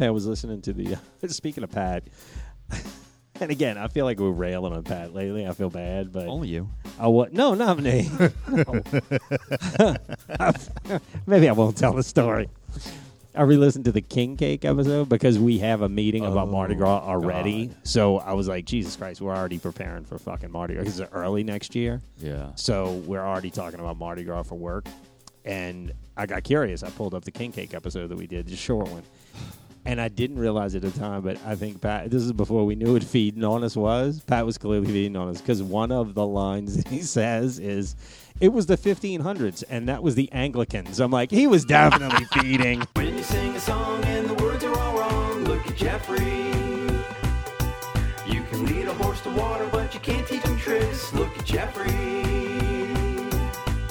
I was listening to the uh, speaking of Pat, and again, I feel like we're railing on Pat lately. I feel bad, but Only you. I wa- no, not me. No. Maybe I won't tell the story. I re-listened to the King Cake episode because we have a meeting about Mardi Gras already. So I was like, Jesus Christ, we're already preparing for fucking Mardi Gras. 'Cause It's early next year, Yeah. so we're already talking about Mardi Gras for work. And I got curious. I pulled up the King Cake episode that we did, just short one. And I didn't realize at the time, but I think Pat, this is before we knew what feeding on us was. Pat was clearly feeding on us because one of the lines that he says is, it was the 1500s, and that was the Anglicans. I'm like, he was definitely feeding. When you sing a song and the words are all wrong, look at Jeffrey. You can lead a horse to water, but you can't teach him tricks. Look at Jeffrey.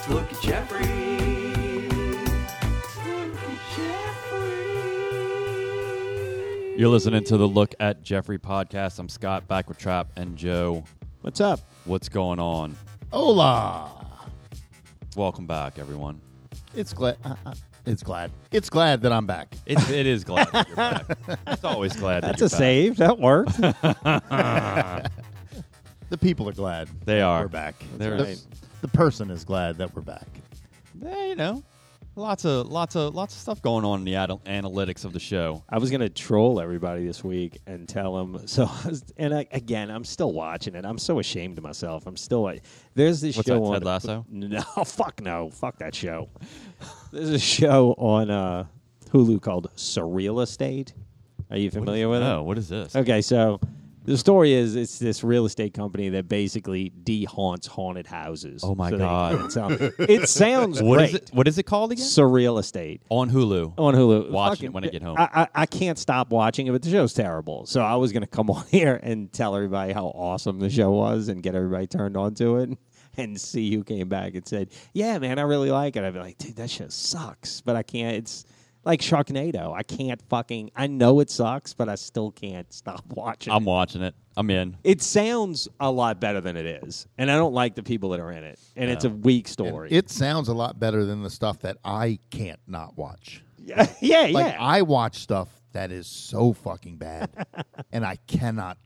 Look at Jeffrey. Look at Jeffrey. You're listening to the Look at Jeffrey podcast. I'm Scott, back with Trap and Joe. What's up? What's going on? Hola. Welcome back, everyone. It's glad. Uh, uh, it's glad. It's glad that I'm back. It's, it is glad that you're back. It's always glad That's that you're a back. save. That worked. The people are glad. They that are. We're back. They're- the, the person is glad that we're back. Eh, you know, lots of lots of lots of stuff going on in the anal- analytics of the show. I was gonna troll everybody this week and tell them. So, I was, and I, again, I'm still watching it. I'm so ashamed of myself. I'm still like, there's this What's show that, on Ted Lasso? No, fuck no, fuck that show. there's a show on uh, Hulu called Surreal Estate. Are you familiar with it? Oh, what is this? Okay, so the story is it's this real estate company that basically dehaunts haunted houses. Oh my So they- God. it sounds, it sounds What great. is it? What is it called again? Surreal Estate on Hulu. on Hulu. Watch it Fucking- when I get home. I, I, I can't stop watching it, but the show's terrible. So I was going to come on here and tell everybody how awesome the show was and get everybody turned on to it and see who came back and said, yeah, man, I really like it. I'd be like, dude, that show sucks, but I can't. It's like Sharknado. I can't fucking, I know it sucks, but I still can't stop watching I'm it. watching it. I'm in. It sounds a lot better than it is. And I don't like the people that are in it. And it's a weak story. It sounds a lot better than the stuff that I can't not watch. yeah, yeah. Like I watch stuff that is so fucking bad, and I cannot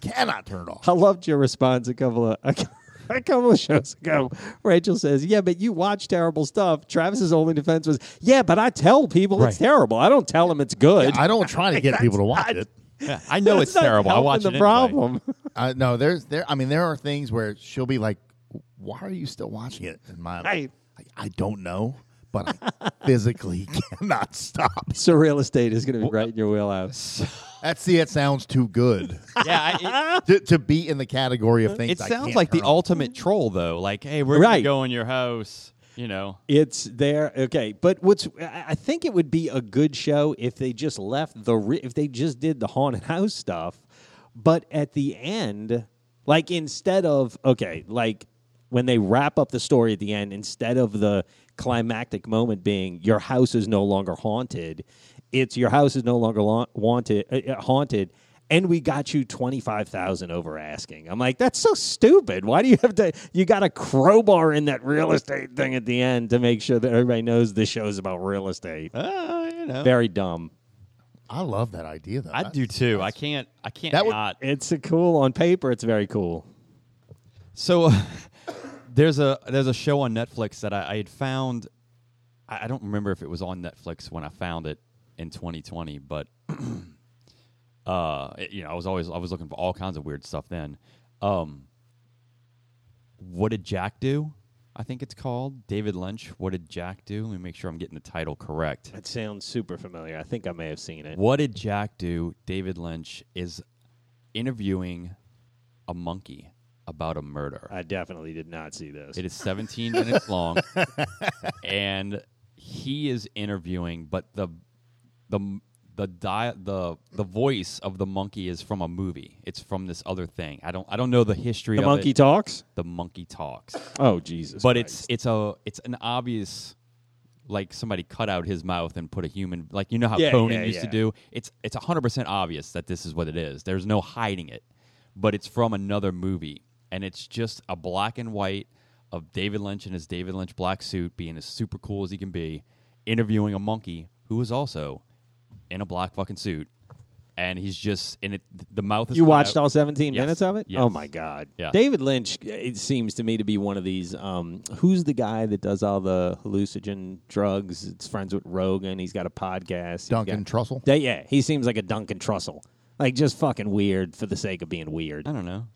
cannot turn it off. I loved your response a couple of a couple of shows ago. Rachel says, "Yeah, but you watch terrible stuff." Travis's only defense was, "Yeah, but I tell people it's terrible. I don't tell them it's good." I don't try to get people to watch it. Yeah, I know That's it's not terrible. I helping watch the it anyway. problem. Uh, no, there's there. I mean, there are things where she'll be like, "Why are you still watching it?" And my, Right. I, I don't know, but I physically cannot stop. Surreal estate is going to be right in your wheelhouse. That's see, it sounds too good Yeah, I, to, to be in the category of things. it, it I sounds can't like the turn on. ultimate troll, though. Like, hey, we're going Right. to go in your house. You know, It's there. Okay, but what's I I think it would be a good show if they just left the ri- if they just did the haunted house stuff, but at the end, like instead of okay, like when they wrap up the story at the end, instead of the climactic moment being your house is no longer haunted, it's your house is no longer la- wanted uh, uh, haunted. And we got you twenty five thousand over asking. I'm like, that's so stupid. Why do you have to? You got a crowbar in that real estate thing at the end to make sure that everybody knows this show is about real estate. uh, you know, Very dumb. I love that idea though. I do too. I can't. I can't That would- not. It's a cool on paper. It's very cool. So uh, there's a there's a show on Netflix that I, I had found. I, I don't remember if it was on Netflix when I found it in 2020, but uh, it- you know, I was always I was looking for all kinds of weird stuff then. Um, what did Jack do? I think it's called David Lynch. What did Jack do? Let me make sure I'm getting the title correct. It sounds super familiar. I think I may have seen it. What did Jack do? David Lynch is interviewing a monkey about a murder. I definitely did not see this. It is 17 minutes long, and he is interviewing, but the the the di- the the voice of the monkey is from a movie. It's from this other thing. I don't I don't know the history the of monkey it. talks. the monkey talks, Oh Jesus! but Christ. it's it's a it's an obvious. Like somebody cut out his mouth and put a human, like you know how Yeah, Conan yeah, used to yeah. do. It's it's hundred percent obvious that this is what it is. There's no hiding it, but it's from another movie, and it's just a black and white of David Lynch in his David Lynch black suit, being as super cool as he can be, interviewing a monkey who is also in a black fucking suit, and he's just and it. The mouth is You cut watched out. all 17 Yes. minutes of it? Yes. Oh my god. Yeah. David Lynch it seems to me to be one of these um, who's the guy that does all the hallucinogen drugs? It's friends with Rogan, he's got a podcast. he's Duncan got- Trussell. Da- yeah, he seems like a Duncan Trussell. Like just fucking weird for the sake of being weird. I don't know.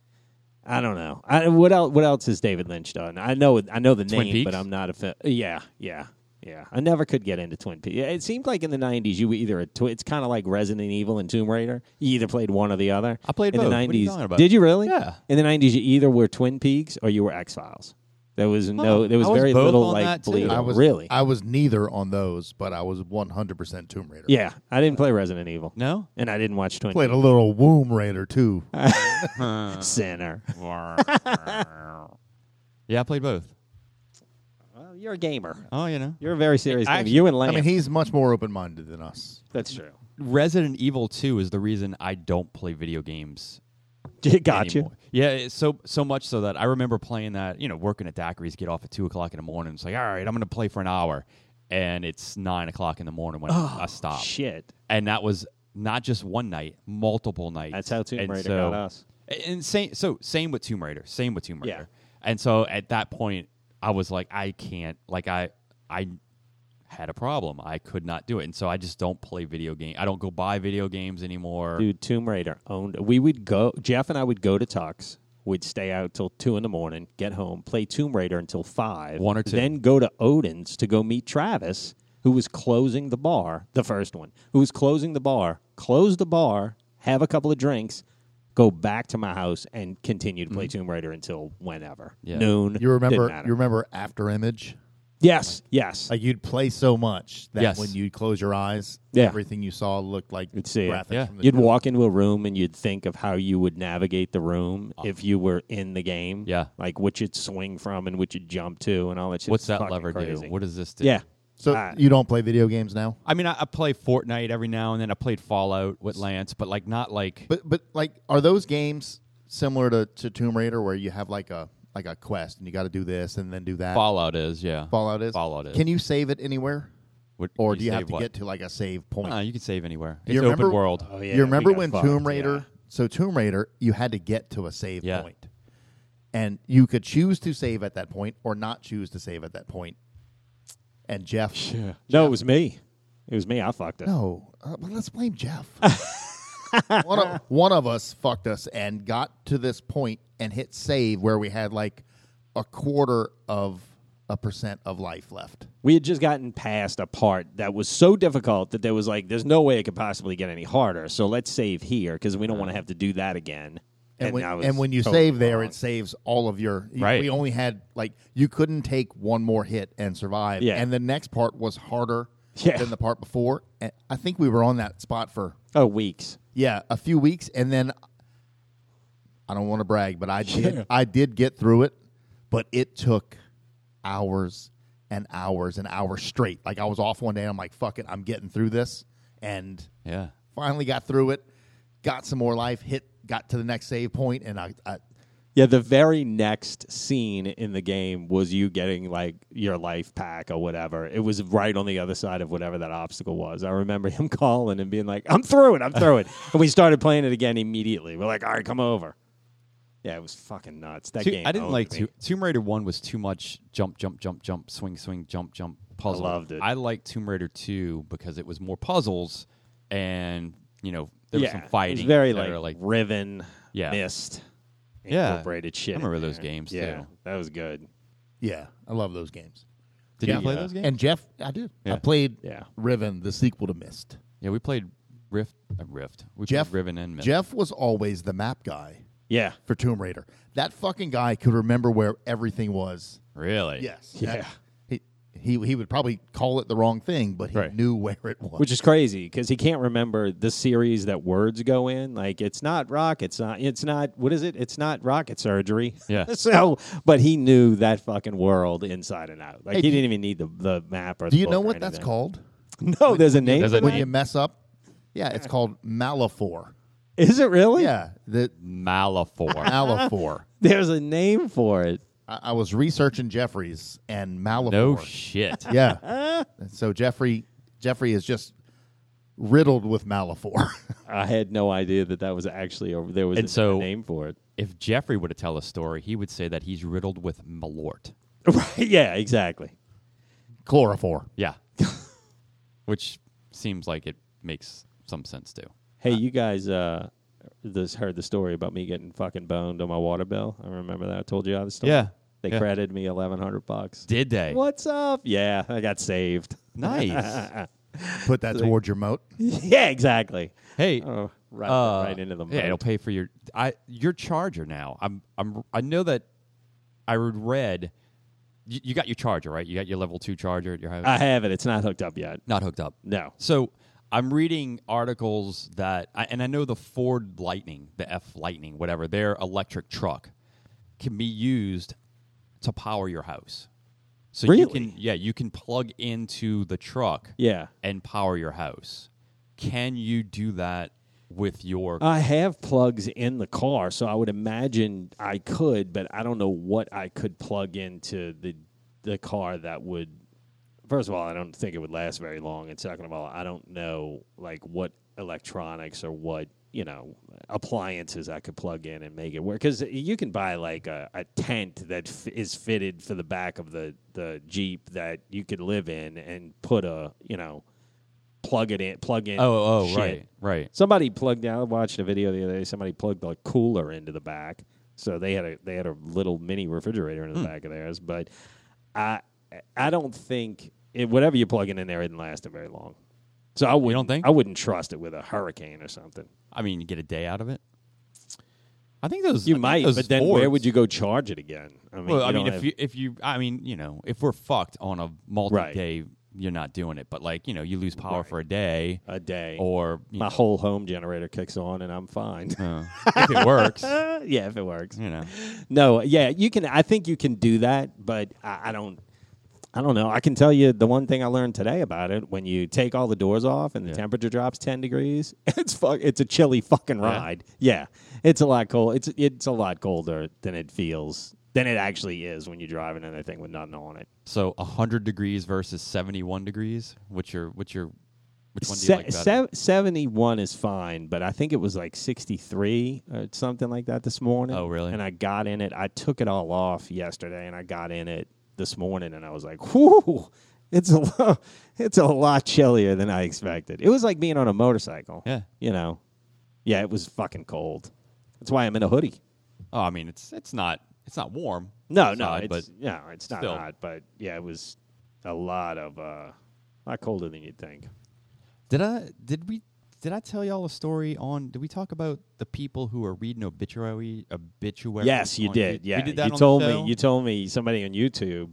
I don't know. I, what else? What else has David Lynch done? I know. I know the Twin name, but Peaks? I'm not a. Fa- yeah, yeah, yeah. I never could get into Twin Peaks. It seemed like in the '90s, you were either a. Tw- it's kind of like Resident Evil and Tomb Raider. You either played one or the other. I played in both. the What are '90s. you talking about? Did you really? Yeah. In the '90s, you either were Twin Peaks or you were X Files. There was no. Oh, there was, I was very both little on like that, too. bleed. I I was really. I was neither on those, but I was 100% Tomb Raider. yeah, I didn't play Resident Evil. No. And I didnขั้น didn't watch Twin Played a little Womb Raider too. Oh, Peaks. Sinner. Yeah, I played both. Well, you're a gamer. Oh, you know. You're a very serious I gamer. actually- You and I Lance. mean, he's much more open minded than us. That's true. Resident Evil 2 is the reason I don't play video games Got you. anymore. Yeah, it's so so much so that I remember playing that, you know, working at Daiquiri's, get off at two o'clock in the morning. It's like, all right, I'm gonna play for an hour. And it's nine o'clock in the morning when I stop. Shit. And that was not just one night, multiple nights. That's how Tomb And Raider so- got us. And same so same with Tomb Raider. Same with Tomb Yeah. Raider. And so at that point I was like, I can't like I I had a problem. I could not do it. And so I just don't play video game. I don't go buy video games anymore. Dude, Tomb Raider owned. We would go. Jeff and I would go to Tux. We'd stay out till two in the morning. Get home, play Tomb Raider until five. One or two. Then go to Odin's to go meet Travis, who was closing the bar. The first one, who was closing the bar, close the bar, have a couple of drinks, go back to my house, and continue to play Tomb Raider until whenever Mm-hmm. Yeah. noon. You Didn't remember matter. you remember After Image? yes, yes. Like you'd play so much that Yes. when you'd close your eyes, Yeah. everything you saw looked like You'd see it. graphics Yeah. from the You'd walk into a room and you'd think of how you would navigate the room if you were in the game. Uh. Yeah. Like what you'd swing from and what you'd jump to and all that shit. What's It's that fucking lever crazy. do? What does this do? yeah. So Ah. you don't play video games now? I mean, I, I play Fortnite every now and then. I played Fallout with Lance, but like not like But but like are those games similar to, to Tomb Raider where you have like a like a quest and you got to do this and then do that? Fallout is. Yeah, Fallout is. Fallout is. Can you save it anywhere? What- Or do you save have to what? get to like a save point? No, you can save anywhere. You It's open remember- world. Oh, yeah, you we remember got when fucked, Tomb Raider? yeah. So Tomb Raider, you had to get to a save Yeah. point. and you could choose to save at that point or not choose to save at that point. And Jeff, No, it was me. It was me. I fucked it. no, uh, well, let's blame Jeff. one, of, one of us fucked us and got to this point and hit save where we had like a quarter of a percent of life left. We had just gotten past a part that was so difficult that there was like, there's no way it could possibly get any harder. So let's save here because we don't want to have to do that again. And, when, I was and when you totally save there, wrong. it saves all of your. you- Right. We only had like you couldn't take one more hit and survive. Yeah. And the next part was harder Yeah. than the part before. And I think we were on that spot for oh weeks. yeah, a few weeks, and then I don't want to brag, but I did. I did get through it, but it took hours and hours and hours straight. Like I was off one day, and I'm like, "Fuck it, I'm getting through this," and Yeah. finally got through it. Got some more life. Hit. Got to the next save point, and I. I Yeah, the very next scene in the game was you getting like your life pack or whatever. It was right on the other side of whatever that obstacle was. I remember him calling and being like, "I'm through it, I'm through it," and we started playing it again immediately. We're like, "All right, come over." Yeah, it was fucking nuts. That Two- game. I didn't owned like me. to, Tomb Raider One was too much jump, jump, jump, jump, swing, swing, jump, jump puzzle. loved it. I liked Tomb Raider Two because it was more puzzles, and you know there yeah, was some fighting. It was very that like, are, Riven, Yeah. Mist, Yeah. incorporated shit. I remember in those there. games, Yeah, too. that was good. yeah, I love those games. Did Yeah. you play those games? And Jeff, I did. Yeah. I played Yeah. Riven, the sequel to Mist. yeah, we played Rift. Uh, Rift. We Jeff played Riven and Myth. Jeff was always the map guy Yeah, for Tomb Raider. That fucking guy could remember where everything was Really? Yes. Yeah. That- he, he he would probably call it the wrong thing, but he Right. knew where it was. which is crazy because he can't remember the series that words go in. Like it's not rock, it's not, it's not. What is it? It's not rocket surgery. Yeah. so, but he knew that fucking world inside and out. Like Hey, he do- didn't even need the the map or. the Do you book know or what that's anything. called? No, there's a name. There's for a that? When you mess up, yeah, it's called Malafor. Is it really? Yeah, the Malafor. Malafor. There's a name for it. I, I was researching Jeffries and Malafor. no shit. yeah. And So Jeffrey Jeffrey is just riddled with Malifor. I had no idea that that was actually a, there was And a so- name for it. If Jeffrey were to tell a story, he would say that he's riddled with malort. right? Yeah, exactly. Chloroform. Yeah. Which seems like it makes some sense too. Hey, you guys, uh, this heard the story about me getting fucking boned on my water bill. I remember that. I told you how the story. Yeah, they yeah. credited me eleven hundred bucks. Did they? What's up? Yeah, I got saved. Nice. Put that towards your moat. yeah, exactly. hey, Oh, right, uh, right into the yeah, it'll moat. pay for your I your charger now. I'm I'm I know that I read you, you got your charger right. You got your level two charger at your house. I have it. It's not hooked up yet. Not hooked up. No. So I'm reading articles that, I, and I know the Ford Lightning, the F Lightning, whatever, their electric truck can be used to power your house. So you Really? can, yeah, you can plug into the truck Yeah. and power your house. Can you do that with your? I have plugs in the car, so I would imagine I could, but I don't know what I could plug into the the car that would. First of all, I don't think it would last very long, and second of all, I don't know like what electronics or what you know appliances I could plug in and make it work. Because you can buy like a, a tent that f- is fitted for the back of the the Jeep that you could live in and put a you know plug it in plug in. oh, oh, shit. right, right. Somebody plugged down. I watched a video the other day. Somebody plugged a cooler into the back, so they had a they had a little mini refrigerator Hmm. in the back of theirs. But I I don't think it, whatever you're plugging in there isn't lasting very long. So I wouldn't think? I wouldn't trust it with a hurricane or something. I mean, you get a day out of it. I think those I You think might, those but then where Fords- would you go charge it again? I mean, Well, I don't mean, if have- you if you, I mean, you know, if we're fucked on a multi-day, you're not doing it. But like, you know, you lose power for a day, a day or you my whole home generator kicks on and I'm fine. know, if it works, you yeah, if it works. know, No, yeah, you can. I think you can do that, but I, I don't. I don't know. I can tell you the one thing I learned today about it: when you take all the doors off and the temperature drops ten degrees, it's fuck. It's a chilly fucking ride. Yeah, it's a lot cold. It's it's a lot colder than it feels than it actually is when you're driving anything with nothing on it. so hundred degrees versus seventy-one degrees. What's your what's your which one do you Se- like better? sev- Seventy-one is fine, but I think it was like sixty-three or something like that this morning. Oh, really? And I got in it. I took it all off yesterday, and I got in it this morning, and I was like, "Whoo, it's a lo- it's a lot chillier than I expected." It was like being on a motorcycle. Yeah. you know, yeah, it was fucking cold. That's why I'm in a hoodie. oh, I mean, it's it's not it's not warm. No, outside, no, it's but no, it's not still. hot, but yeah, it was a lot of uh, a lot colder than you'd think. did I did we did I tell y'all a story on? Did we talk about the people who are reading obituary obituary? Yes, you on did. YouTube? Yeah, we did that you on the told show? me. You told me somebody on YouTube,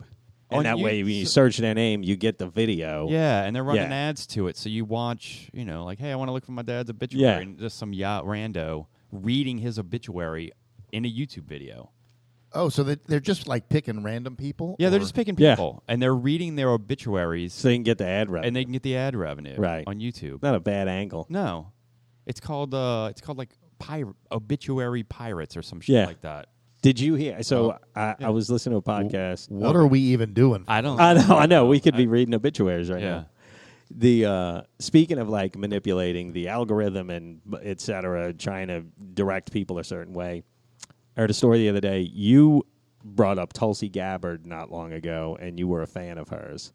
and On that way you- when you so- search their name, you get the video. Yeah, and they're running Yeah. ads to it. So you watch, you know, like, hey, I want to look for my dad's obituary, Yeah. and just some ya rando reading his obituary in a YouTube video. Oh, so they, they're just like picking random people? Yeah, they're or- just picking Yeah. people and they're reading their obituaries, so they can get the ad right. and they can get the ad revenue Right. on YouTube. not a bad angle. No, it's called uh, it's called like pir- obituary pirates or some shit Yeah. like that. Did you hear? So I, I was listening to a podcast. What are we even doing? I don't. I know, I know. We could be reading obituaries right Oh, Yeah. now. The uh, speaking of like manipulating the algorithm and b- et cetera, trying to direct people a certain way. I heard a story the other day. You brought up Tulsi Gabbard not long ago, and you were a fan of hers.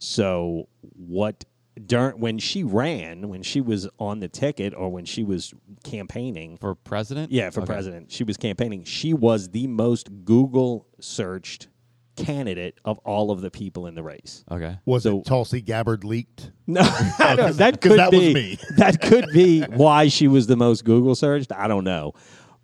So what? During, when she ran, when she was on the ticket, or when she was campaigning, for president. yeah, for Okay. president. She was campaigning. She was the most Google searched candidate of all of the people in the race. Uh, Okay. Was So- it Tulsi Gabbard leaked? No, I don't- that 'cause could that was be me. that could be why she was the most Google searched. I don't know,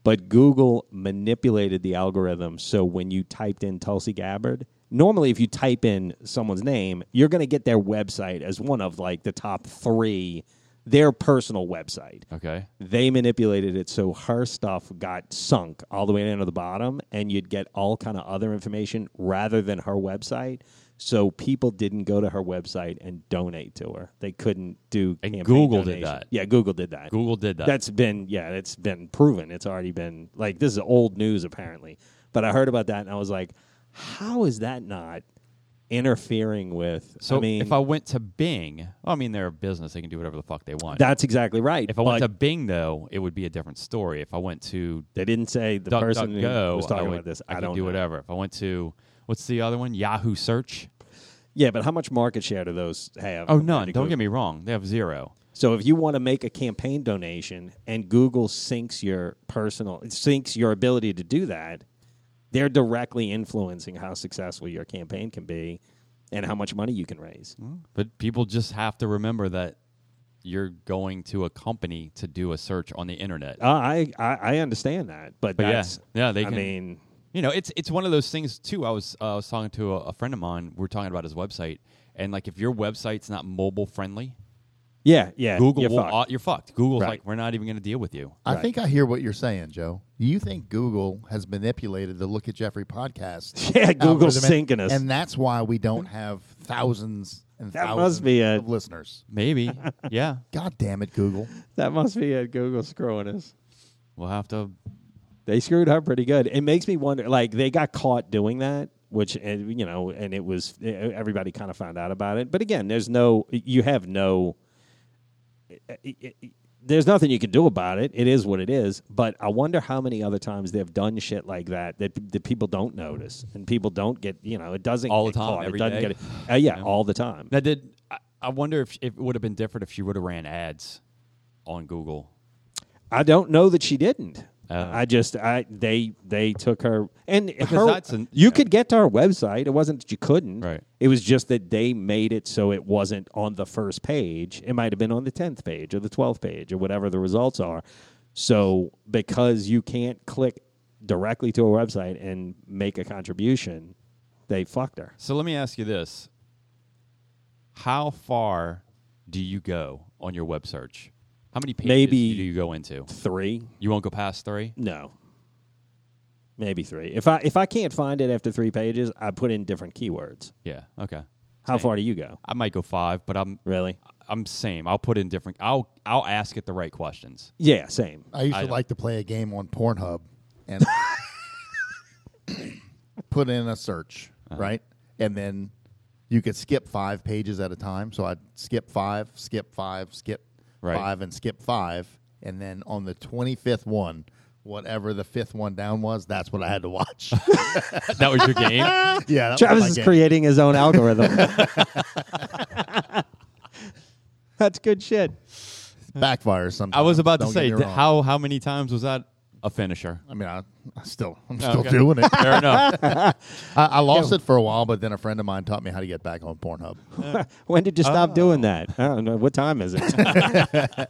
but Google manipulated the algorithm so when you typed in Tulsi Gabbard, normally if you type in someone's name, you're going to get their website as one of like the top three, their personal website Okay. they manipulated it so her stuff got sunk all the way down to the bottom and you'd get all kind of other information rather than her website so people didn't go to her website and donate to her they couldn't do And campaign Google did donations. that. yeah google did that Google did that. that's been yeah it's been proven it's already been like this is old news apparently but i heard about that and i was like how is that not interfering with. So I mean, if I went to Bing, well, I mean they're a business; they can do whatever the fuck they want. that's exactly right. if I went but to Bing, though, it would be a different story. If I went to they didn't say the person who DuckDuckGo, was I talking would- about this. I, I, could don't do know. whatever. If I went to what's the other one? Yahoo Search. Yeah, but how much market share do those have? Oh, compared none. to Don't Google? get me wrong; they have zero. So if you want to make a campaign donation and Google syncs your personal syncs your ability to do that, they're directly influencing how successful your campaign can be and how much money you can raise. Mm-hmm. But people just have to remember that you're going to a company to do a search on the internet. Uh, I, I I understand that, but, But yeah. that's Yeah, they I can- mean, You know, it's it's one of those things too. I was uh, I was talking to a, a friend of mine. We are talking about his website, and like if your website's not mobile friendly, yeah, yeah. Google you're will fucked. au- you're fucked. Google's Right. like we're not even going to deal with you. I think I hear what you're saying, Joe. You think Google has manipulated the Look at Jeffrey podcast? Yeah, Google's algorithm, and- syncing us. and that's why we don't have thousands and That must thousands be a- of listeners. Maybe, yeah. God damn it, Google! that must be it. Google screwing us. We'll have to. They screwed her pretty good. It makes me wonder, like they got caught doing that, which and, you know, and it was eh, everybody kind of found out about it. But again, there's no, you have no, eh, there's nothing you can do about it. It is what it is. But I wonder how many other times they've done shit like that that, that people don't notice and people don't get, you know, it doesn't All get the time, caught. every it doesn't day. get it. Uh, yeah, all the time. That did. I, I wonder if, if it would have been different if she would have ran ads on Google. I don't know that she didn't. Oh. I just I they they took her and her, that's an- you yeah. could get to her website. It wasn't that you couldn't. Right. It was just that they made it so it wasn't on the first page. It might have been on the tenth page or the twelfth page or whatever the results are. So because you can't click directly to a website and make a contribution, they fucked her. So let me ask you this: How far do you go on your web search? How many pages Maybe- do you go into? Three. You won't go past three. No. Maybe three. If I if I can't find it after three pages, I put in different keywords. Yeah. Okay. How far do you go? I might go five, but I'm Really? I'm same. I'll put in different. I'll I'll ask it the right questions. Yeah, same. I used I to don't- like to play a game on Pornhub and put in a search, Uh-huh. right? And then you could skip five pages at a time. So I'd skip five, skip five, skip Right. five, and skip five. And then on the 25th one, whatever the fifth one down was, that's what I had to watch. that was your game. yeah. that was Travis my is game. creating his own algorithm. That's good shit. Backfires sometimes. I was about Don't to get say me d- wrong. how how many times was that a finisher? I mean, I, I still, I'm still okay. doing it. Fair enough. I, I lost it for a while, but then a friend of mine taught me how to get back on Pornhub. When did you stop doing that? I don't know. What time is it?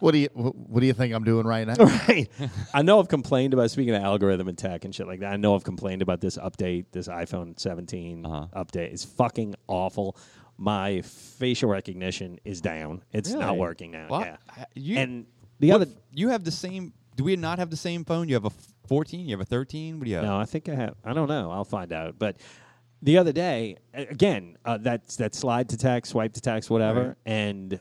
What do you wh- What do you think I'm doing right now? right. I know I've complained about speaking of algorithm and tech and shit like that. I know I've complained about this update, this iPhone 17 update. It's fucking awful. My facial recognition is down. It's not Really? working now. What? Yeah. Ha- you- and the What other f- you have the same. Do we not have the same phone? You have a f- fourteen. You have a thirteen. What do you have? No, I think I have. I don't know. I'll find out. But the other day, a- again, uh, that that slide to text, swipe to text, whatever, Right. and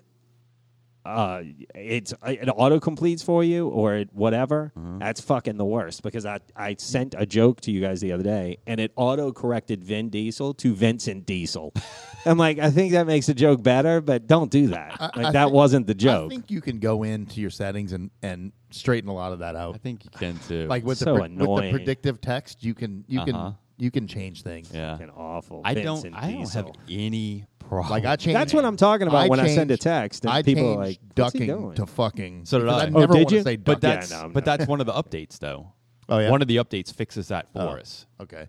uh, it's it auto completes for you or it whatever. Mm-hmm. That's fucking the worst because I I sent a joke to you guys the other day and it auto corrected Vin Diesel to Vincent Diesel. I'm like, I think that makes the joke better, but don't do that. like I that think- wasn't the I joke. think you can go into your settings and, and straighten a lot of that out. I think you can too. Like with So the pre- with the annoying. predictive text, you can you Uh-huh. can you can change things. yeah. Fucking awful. I don't. Vincent I don't Diesel. have any problem. Like I changed. That's what I'm talking about when I send a changed- text and I people are changed like, "What's he ducking doing?" to fucking. So did because I. I Oh, never did want you? to say But ducking. Yeah, that's no, I'm but not. that's one of the updates though. Oh, yeah? Oh. One of the updates fixes that for us. okay.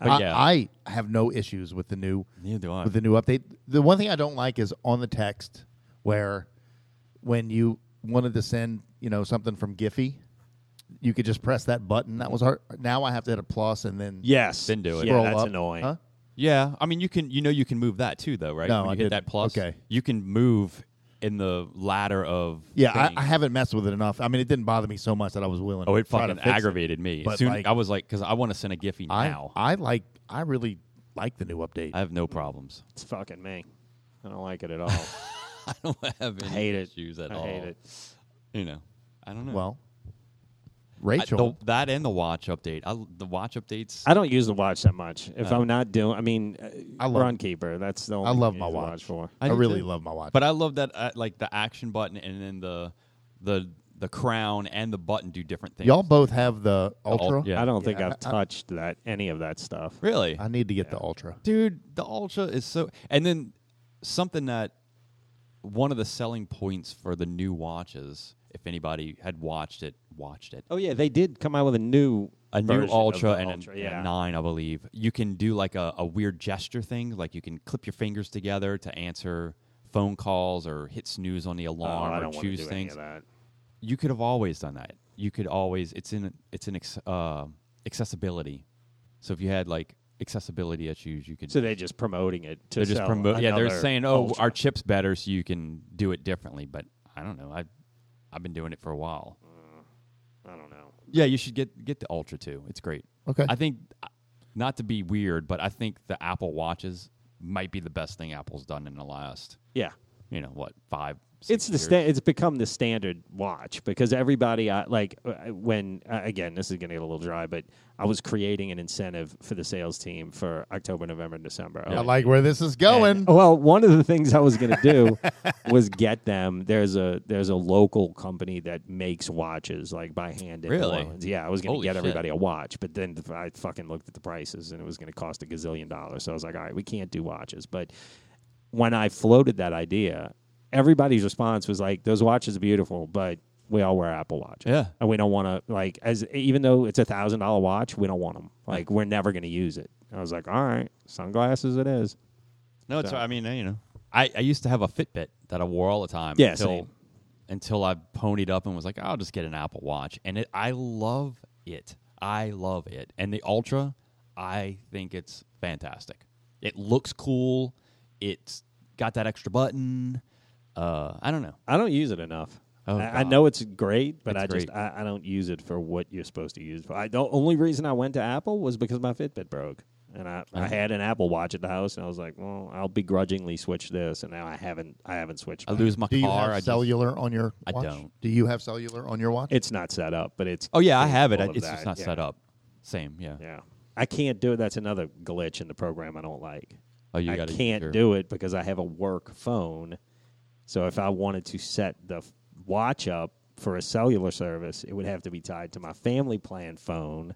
But I, yeah. I have no issues with the new Neither do I. with the new update. The one thing I don't like is on the text where when you wanted to send, you know, something from Giphy, you could just press that button. That was hard. Now I have to hit a plus and then Yes. Didn't do it. Yeah, scroll that's up. annoying. Huh? Yeah, I mean you can you know you can move that too though, right? No, when you I hit didn't. that plus, Okay. you can move in the ladder of Yeah, I, things. I haven't messed with it enough. I mean, it didn't bother me so much that I was willing. oh, to it try fucking to fix it. aggravated me. But, Soon like, I was like cuz I want to send a Giphy I, now. I, I like. I really like the new update. have no problems. It's fucking me. I don't like it at all. I don't have any hate it. issues at I all. hate it. You know. I don't know. well, Rachel. the, that and the watch update. I, the watch updates. I don't use the watch that much. If Uh, I'm not doing, I mean, I I love- run keeper. That's the only I love thing my use the watch. for. I, do really too. love my watch. But I love that uh, like the action button and then the the the crown and the button do different things. y'all both have the ul- ultra. yeah. I don't think I've I- I- touched that any of that stuff. really, I need to get the ultra. dude. The ultra is so. And then something that one of the selling points for the new watches, if anybody had watched it, watched it. Oh yeah, they did come out with a new a version new of ultra the and, a- Ultra, and a, yeah. nine, I believe. You can do like a, a weird gesture thing, like you can clip your fingers together to answer phone calls or hit snooze on the Oh, alarm I don't or want to choose do any things. of that. You could have always done that. You could always. It's in it's in ex, uh, accessibility. So if you had like accessibility issues, you could. So they're just promoting it to they're just sell promote. Yeah, they're another saying, oh, Ultra. our chip's better, so you can do it differently. But I don't know. I I've been doing it for a while. Mm. I don't know. Yeah, you should get get the Ultra too. It's great. Okay. I think not to be weird, but I think the Apple watches might be the best thing Apple's done in the last, Yeah, you know, what five. it's six the years. sta- it's become the standard watch because everybody I, like uh, when uh, again this is going to get a little dry, but I was creating an incentive for the sales team for October, November, and December. Oh, I like where this is going. Oh, And- well, one of the things I was going to do was get them. There's a there's a local company that makes watches like by hand. In New Really? Orleans. Yeah, I was going to Holy get shit. everybody a watch, but then th- I fucking looked at the prices and it was going to cost a gazillion dollars. So I was like, all right, we can't do watches. But when I floated that idea, everybody's response was like, "Those watches are beautiful, but." We all wear Apple Watch, Yeah. and we don't want to like as even though it's a thousand dollar watch, we don't want them. Like we're never going to use it. I was like, all right, sunglasses it is. No, it's. I mean, you know, I, I used to have a Fitbit that I wore all the time. Yeah, until same. until I ponied up and was like, I'll just get an Apple Watch, and it. I love it. I love it. And the Ultra, I think it's fantastic. It looks cool. It's got that extra button. Uh, I don't know. I don't use it enough. Oh, I, I God. know it's great, but It's I just great. I, I don't use it for what you're supposed to use it for. I, the only reason I went to Apple was because my Fitbit broke, and I, Oh. I had an Apple Watch at the house, and I was like, well, I'll begrudgingly switch this, and now I haven't I haven't switched. I back. lose my Do you car. I have just- cellular on your I watch? don't. Do you have cellular on your watch? It's not set up, but it's oh yeah, I have it. capable of It's just that. not Yeah. set up. Same. Yeah. Yeah, I can't do it. That's another glitch in the program I don't like. Oh, you I gotta- can't sure. do it because I have a work phone. So if I wanted to set the f- watch up for a cellular service, it would have to be tied to my family plan phone,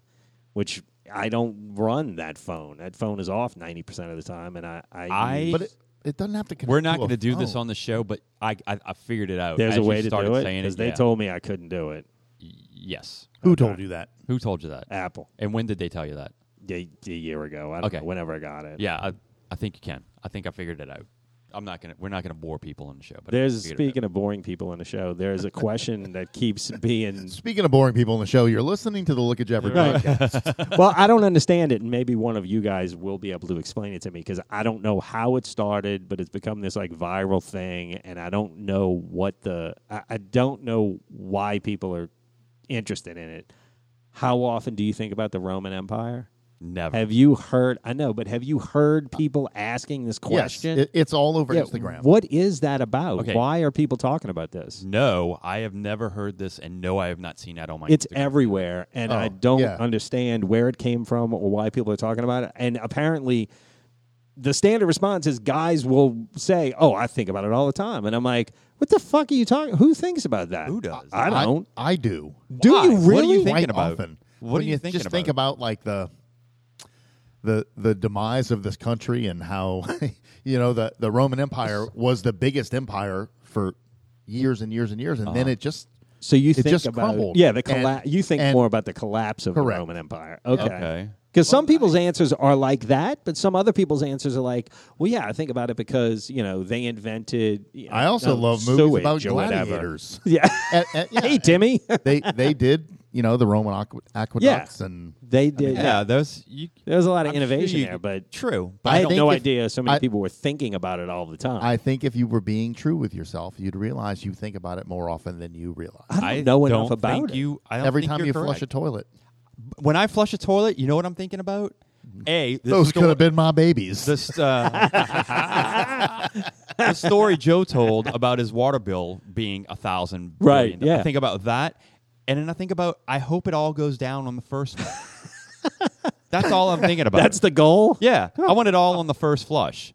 which I don't run that phone. That phone is off ninety percent of the time, and I, I, I- use- but it, it doesn't have to. Connect We're not going going to to a do this phone. on the show, but I I, I figured it out. Oh. there's As a you way to started do it saying because it. they yeah. told me I couldn't do it. yes. Who told you that? Who told you that? Apple And when did they tell you that? a, a year ago. I don't Okay. know, whenever I got it. Yeah, I, I think you can. I think I figured it out. I'm not gonna. We're not gonna bore people on the show. But I There's figured it out. speaking of boring people on the show. There's a question that keeps being Speaking of boring people on the show, you're listening to the Look at Jeopardy Right. podcast. well, I don't understand it, and maybe one of you guys will be able to explain it to me because I don't know how it started, but it's become this like viral thing, and I don't know what the I, I don't know why people are interested in it. How often do you think about the Roman Empire? never. Have you heard? I know, but have you heard people asking this yes, question? it, it's all over Yeah, Instagram. What is that about? Okay. Why are people talking about this? no, I have never heard this, and no, I have not seen that on my. It's Instagram. everywhere, and I Oh, don't yeah. understand where it came from or why people are talking about it. And apparently, the standard response is guys will say, "Oh, I think about it all the time," and I'm like, "What the fuck are you talking? Who thinks about that? Who does? I don't. I, do. do Why? you What do you really? think? Quite thinking about? often. What When are you thinking Just think about? about like the the the demise of this country and how you know the the Roman Empire was the biggest empire for years and years and years, and Uh-huh. then it just so you It think just about crumbled. yeah the And- colla- You think and- more about the collapse of Correct. the Roman Empire. Okay. Okay. Because some people's answers are like that, but some other people's answers are like, well, yeah, I think about it because you know they invented. You know, I also um, love movies sewage about or whatever. gladiators. Yeah. And- and- yeah, hey, Timmy. they they did you know the Roman aqu- aqueducts and They did. Yeah, yeah. those. You, There was a lot of I'm sure innovation you- there, but true. But I, I have think no if- idea so many I- people were thinking about it all the time. I, I think if you were being true with yourself, you'd realize you think about it more often than you realize. don't know don't enough about think it. You. I don't Every think time you're you flush correct. a toilet, when I flush a toilet, you know what I'm thinking about? A. This those sto- could have been my babies. This, uh, the story Joe told about his water bill being a thousand Right, billion. I yeah. think about that, And then I think about, I hope it all goes down on the first one. That's all I'm thinking about. That's the goal. Yeah, I want it all on the first flush.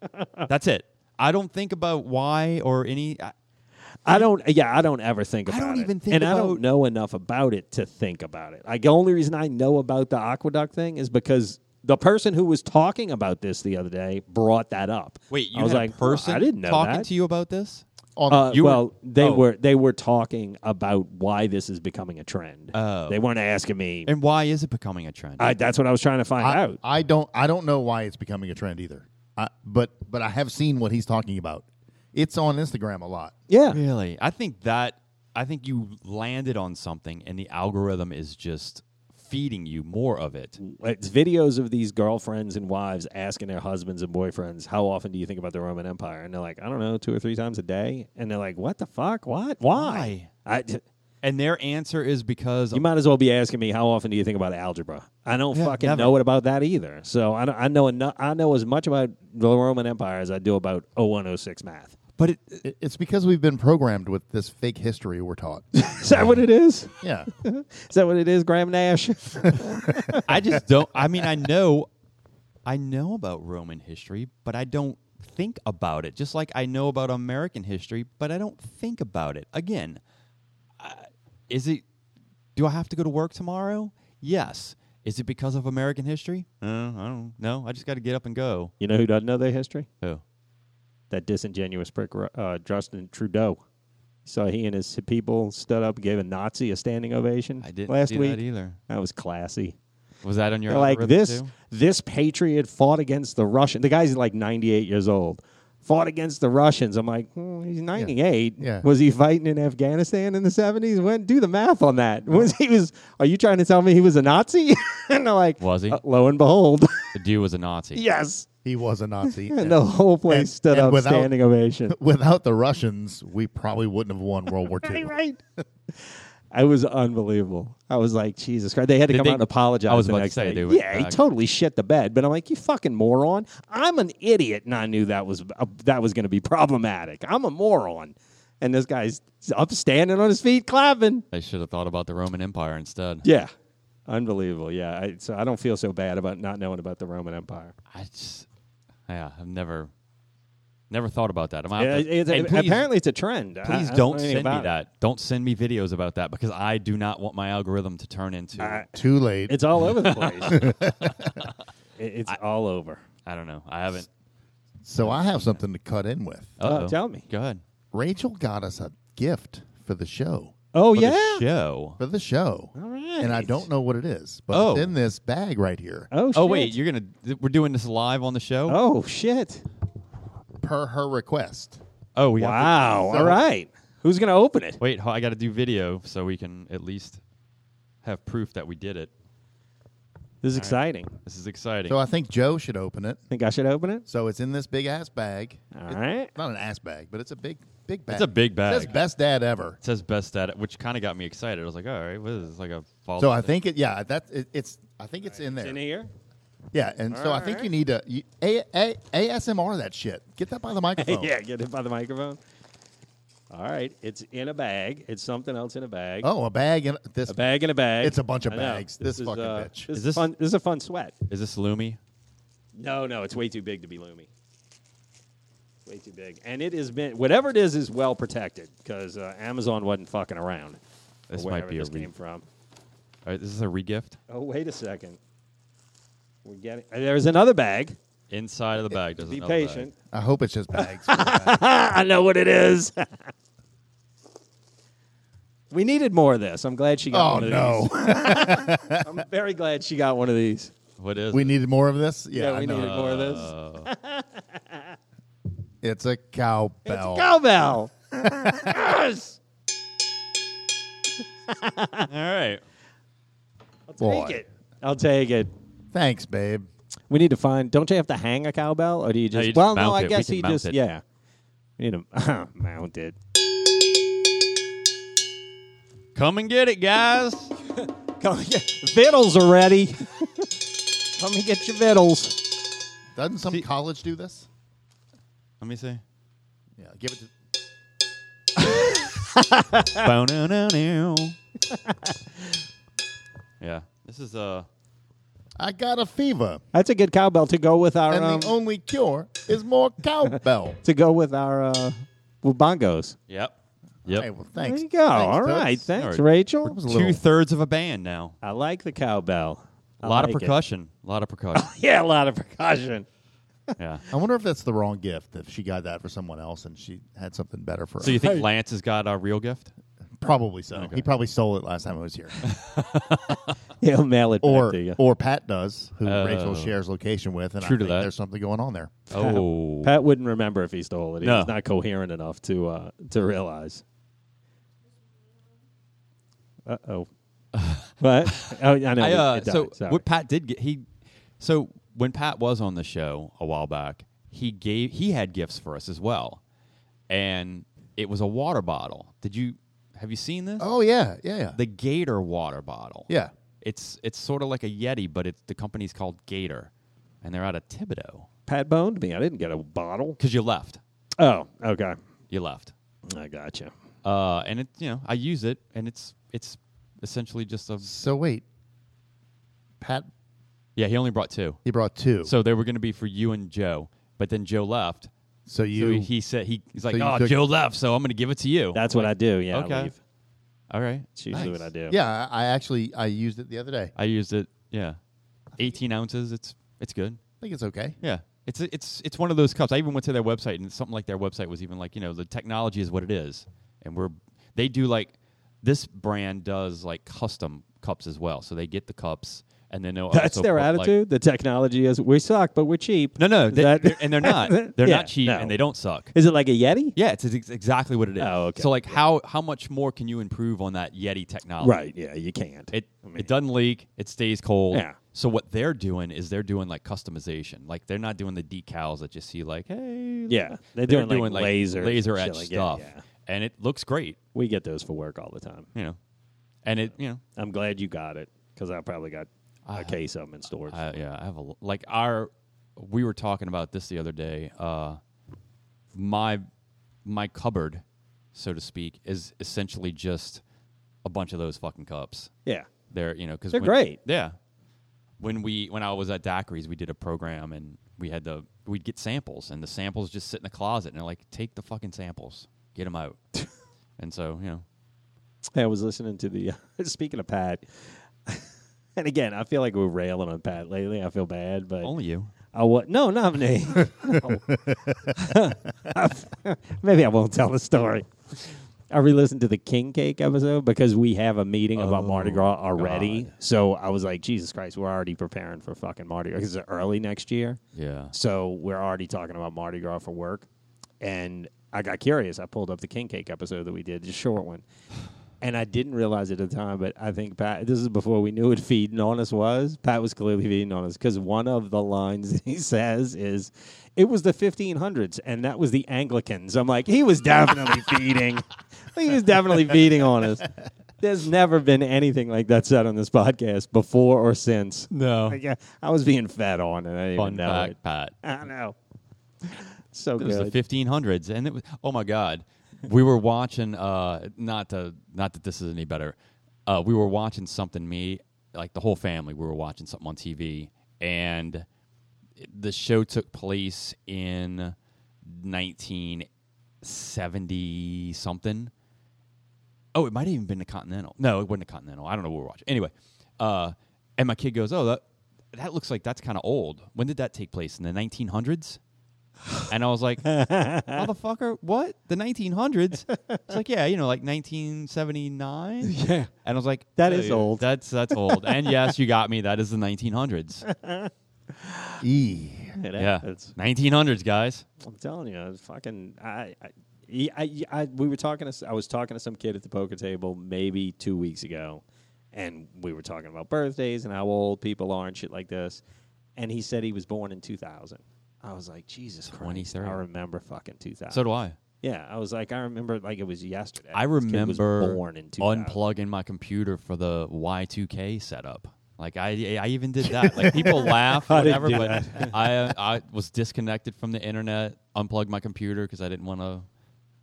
That's it. I don't think about why or any. I, I don't. Yeah, I don't ever think about I it. don't even think and I about- don't know enough about it to think about it. Like the only reason I know about the aqueduct thing is because the person who was talking about this the other day brought that up. wait, you I was had like, a "Huh, person I didn't know talking that. to you about this? On Uh, You were- well, they oh. were they were talking about why this is becoming a trend. Oh. They weren't asking me. And why is it becoming a trend? I, that's what I was trying to find I, out. I don't I don't know why it's becoming a trend either. I, but but I have seen what he's talking about. It's on Instagram a lot. Yeah, really? I think that I think you landed on something, and the algorithm is just feeding you more of it. it's videos of these girlfriends and wives asking their husbands and boyfriends, "How often do you think about the Roman Empire?" And they're like, "I don't know, two or three times a day." And they're like, "What the fuck? What? Why?" I d And their answer is because you might as well be asking me how often do you think about algebra. I don't Yeah, fucking never. know it about that either. So I, don't, I know enough, I know as much about the Roman Empire as I do about 0106 math. but it, It- It's because we've been programmed with this fake history we're taught. Is that what it is? yeah. Is that what it is, Graham Nash? I just don't. I mean, I know, I know about Roman history, but I don't think about it. Just like I know about American history, but I don't think about it. Again, I- is it? Do I have to go to work tomorrow? Yes. Is it because of American history? Uh, I don't know. I just got to get up and go. You know who doesn't know their history? Oh, That disingenuous prick, uh, Justin Trudeau. So he and his people stood up, gave a Nazi a standing ovation I didn't last see week. that either. That was classy. Was that on your They're like algorithm this too? this patriot fought against the Russian. The guy's like 98 years old. Fought against the Russians. I'm like, hmm, he's 98. Yeah. Was he fighting in Afghanistan in the 70s? When do the math on that? Was he was? Are you trying to tell me he was a Nazi? and they're like, Was he? uh, lo and behold, The dude was a Nazi. yes. He was a Nazi. And the whole place And- stood and up, without- standing ovation. Without the Russians, we probably wouldn't have won World War II. right. I was unbelievable. I was like, Jesus Christ. They had to Did come they- out and apologize. I was the about to next say, day. they were- yeah, he uh, totally shit the bed. But I'm like, you fucking moron. I'm an idiot, and I knew that was uh, that was going to be problematic. I'm a moron, and this guy's up standing on his feet, clapping. They should have thought about the Roman Empire instead. Yeah, unbelievable. Yeah, I, so I don't feel so bad about not knowing about the Roman Empire. I just, yeah, I've never, never thought about that. I'm out Yeah, there- it's- Uh, and please, apparently, it's a trend. I- please I don't know anything send me about it. that. Don't send me videos about that because I do not want my algorithm to turn into. I, I- Too late. It's all over the place. It- it's all over. don't know. I haven't. so I have something to cut in with. Uh-oh. uh, tell me. Go ahead. Rachel got us a gift for the show. Oh For the yeah. Oh, show. For the show. All And I right. don't know what it is, but Oh. it's in this bag right here. Oh, Oh shit. wait, you're gonna. th- We're doing this live on the show. Oh shit! Per her request. Oh, we have to- Wow. So- All right. Who's gonna open it? wait, ho- I got to do video so we can at least have proof that we did it. This is exciting. This is exciting. So I think Joe should open it. Think I should open it? So it's in this big ass bag. All right. Not an ass bag, but it's a big, big bag. It's a big It says bag. best dad ever. it says best at it, which kind of got me excited. I was like, all right, what is this? Like a false. So I think it. Yeah, that it, it's. I think it's in there. In here. Yeah, and so I think you Alright. need to you, a, a, ASMR that shit. Get that by the microphone. yeah. Get it by the microphone. All right. It's in a bag. It's something else in a bag. Oh, a bag and this. A bag in a bag. It's a bunch of I know. bags. This is, fucking uh, bitch. This Is is this- fun. This is a fun sweat. Is this Lumi? No, no. It's way too big to be loomy. Way too big. And it has been whatever it is is well protected because uh, Amazon wasn't fucking around. or This might wherever be a this re- came from. All right, this is a regift Oh, wait a second. We're getting uh, there's another bag. inside of the bag. There's Be another bag. patient. Ah, I hope it's just bags. I know what it is. we needed more of this. I'm glad she got oh one of no, these. I'm very glad she got one of these. What is? we it? needed more of this. Yeah, Yeah, we I know. needed more of this. Uh, It's a cowbell. It's a cowbell. yes. all right. I'll Boy. take it. I'll take it. Thanks, babe. We need to find. Don't you have to hang a cowbell, or do you just? you just well, no. mount I it. We guess can he mount just. it. Yeah. We need to uh, mount it. Come and get it, guys. Come, yeah. Vittles are ready. Come and get your vittles. Doesn't some college do this? Let me see. Yeah, give it to. Bow-now-now-now. yeah. This is uh I got a fever, That's a good cowbell to go with our and um, the only cure is more cowbell. to go with our uh, bongos. Yep. Yep. Hey, well, thanks. There you go. Thanks, All Toots. right, thanks, All right. Rachel. was a Two little- thirds of a band now. I like the cowbell. A I lot of like it. percussion. A lot of percussion. Yeah, a lot of percussion. yeah. I wonder if that's the wrong gift. If she got that for someone else and she had something better for her. So you think Lance has got a real gift? probably so. Okay. He probably stole it last time I was here, He'll mail it or back to you. or Pat does, who Oh. Rachel shares location with. And True to I think that. there's something going on there. Oh. Pat wouldn't remember if he stole it. He's No. not coherent enough to uh, to realize. Uh oh. But oh, I know. I, it- uh, it died. so Sorry. what Pat did get he so when Pat was on the show a while back, he gave he had gifts for us as well. And it was a water bottle. Did you have you seen this? Oh yeah, yeah, yeah. The Gator water bottle. yeah. It's it's sort of like a Yeti, but it's the company's called Gator and they're out of Thibodeau. Pat boned me. I didn't get a bottle. Cuz you left. Oh, okay. You left. I gotcha. Uh, and it, you know, I use it, and it's it's essentially just a So wait, Pat, yeah. He only brought two, he brought two. so they were going to be for you and Joe, but then Joe left. So So you he, he said he, he's like, you oh, took- Joe left, so I'm going to give it to you. That's what I do. Yeah. I Okay. leave. all right. It's usually Nice. what I do. Yeah, I I actually I used it the other day. I used it. Yeah, 18 ounces. It's it's good. I think it's okay. Yeah, it's it's it's one of those cups. I even went to their website, and something like their website was even like, you know, the technology is what it is, and we're they do like this brand does like custom cups as well, so they get the cups. And then they'll That's also their put, like- attitude. the technology is we suck, but we're cheap. No, no, Is they, that- they're- and they're not. They're Yeah, not cheap, no. and they don't suck. Is it like a Yeti? Yeah, it's ex- exactly what it is. Oh, okay. So, like, how how much more can you improve on that Yeti technology? Oh. Right. Yeah. You can't. It it doesn't leak. It stays cold. Yeah. So what they're doing is they're doing like customization. Like they're not doing the decals that you see. Like, hey, Yeah, they're doing, like, lasers and laser shit etch like that, stuff, yeah. and it looks great. we get those for work all the time. You know, and it you know, I'm glad you got it because I probably got a case of them in storage. I, yeah, I have a l- like our. We were talking about this the other day. Uh, my my cupboard, so to speak, is essentially just a bunch of those fucking cups. yeah. They're you know because They're great. Yeah, when we when I was at Daiquiri's, we did a program and we had the we'd get samples and the samples just sit in the closet and they're like, take the fucking samples, get them out, and so you know, Hey, I was listening to the uh, speaking of Pat, and again, I feel like we're railing on Pat lately. I feel bad, but only you. I wa- no, not me. No. Maybe I won't tell the story. I re-listened to the King Cake episode because we have a meeting about Mardi Gras already. So I was like, Jesus Christ, we're already preparing for fucking Mardi Gras because it's early next year. Yeah. So we're already talking about Mardi Gras for work. And I got curious. I pulled up the King Cake episode that we did, just a short one. And I didn't realize it at the time, but I think Pat, this is before we knew what feeding on us was. Pat was clearly feeding on us because one of the lines that he says is, it was the 1500s and that was the Anglicans. I'm like, he was definitely feeding. He was definitely feeding on us. There's never been anything like that said on this podcast before or since. No. Like, yeah, I was being fed on and I didn't Fun even know fact, it. Pat. I know. So It good. was the 1500s, and it was oh my god, we were watching. Uh, not to not that this is any better. Uh, we were watching something. Me, like the whole family, we were watching something on TV, and the show took place in 1970 something. Oh, it might have even been the Continental. No, it wasn't the Continental. I don't know what we're watching. Anyway, uh, and my kid goes, "Oh, that that looks like that's kind of old. When did that take place? In the 1900s?" And I was like, "Motherfucker, what? The 1900s?" It's like, "Yeah, you know, like 1979." Yeah. And I was like, That is "Yeah, old." That's that's old." and yes, you got me. That is the 1900s. E. It Yeah, happens. 1900s, guys. I'm telling you, it's fucking. I, I, he- I, I, we were talking. To, s- I was talking to some kid at the poker table maybe two weeks ago, and we were talking about birthdays and how old people are and shit like this. And he said he was born in 2000. I was like, Jesus Christ, I 23. remember fucking 2000. So do I. yeah, I was like, I remember it like it was yesterday. I This kid remember was born in 2000. unplugging my computer for the Y2K setup. Like I, I even did that. Like people laugh, whatever. do But uh, I, I was disconnected from the internet, unplugged my computer because I didn't want to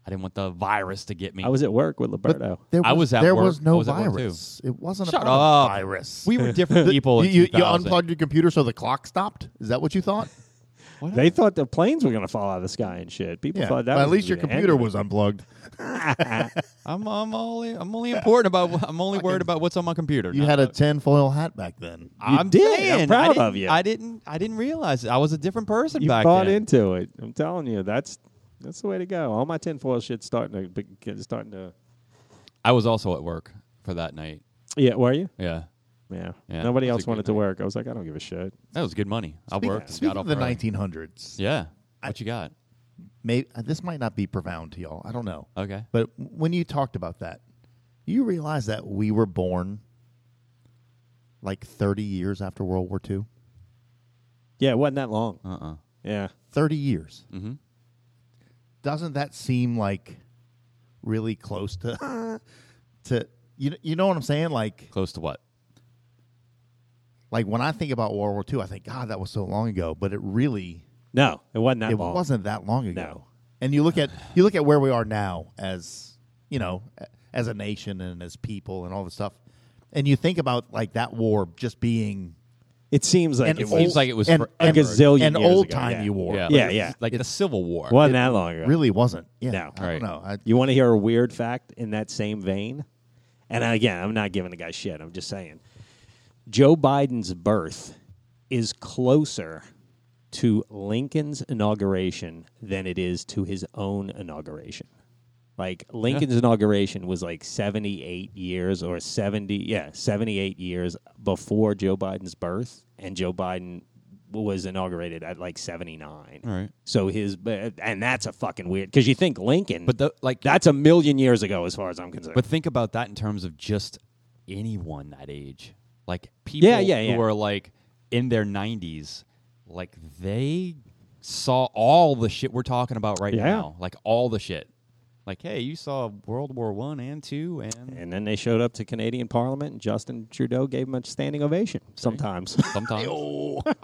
I didn't want the virus to get me. I was at work with Liberto. There I was at there work. was no I was at work, virus. It wasn't Shut about up. a virus. We were different people. you, in you- you 2000. unplugged your computer so the clock stopped. Is that what you thought? They thought the planes were going to fall out of the sky and shit. People Yeah. thought that. but at was least your gonna be computer angry. was unplugged. I'm, I'm only I'm only important about I'm only worried about what's on my computer. You not- had a tinfoil hat back then. You I'm did. I'm saying, proud I didn't- of you. I didn't. I didn't realize it. I was a different person You back bought then. into it. I'm telling you, that's that's the way to go. All my tinfoil shit's starting to be- get- starting to. I was also at work for that night. Yeah, were you? Yeah, Yeah. Yeah, Nobody that's a else good wanted to night. work. I was like, I don't give a shit. that was good money. I Speaking- worked. and Speaking got of off the early. 1900s, Yeah. What you got? may, uh, this might not be profound to y'all. I don't know. Okay. But when you talked about that, you realize that we were born like 30 years after World War II? Yeah, it wasn't that long. Uh uh 30 years. Mhm. Doesn't that seem like really close to to you you know what I'm saying like Close to what? like when I think about World War II I think god that was so long ago but it really No, it wasn't that it long. wasn't that long ago. No. And you look at you look at where we are now as you know a- as a nation and as people and all this stuff, and you think about like that war just being It seems like an it was. old, seems like it was an, forever. A gazillion an years ago, old timey yeah. war. Yeah. Yeah, Like, yeah. Like the Civil War. wasn't that long ago. Really wasn't. Yeah, No. I Right. don't know. I, You want to hear a weird fact in that same vein? And again, I'm not giving the guy shit. I'm just saying. Joe Biden's birth is closer to Lincoln's inauguration than it is to his own inauguration. Like Lincoln's inauguration was like 78 years or 70, yeah, 78 years before Joe Biden's birth and Joe Biden was inaugurated at like 79. All right. So his and that's a fucking weird cuz you think Lincoln But the like. that's a million years ago, as far as I'm concerned. But think about that in terms of just anyone that age, like people Yeah, yeah, yeah. who are like in their nineties, like they saw all the shit we're talking about right Yeah. now, like all the shit. Like, hey, you saw World War One and Two, and and then they showed up to Canadian Parliament, and Justin Trudeau gave them a standing ovation. Sometimes sometimes,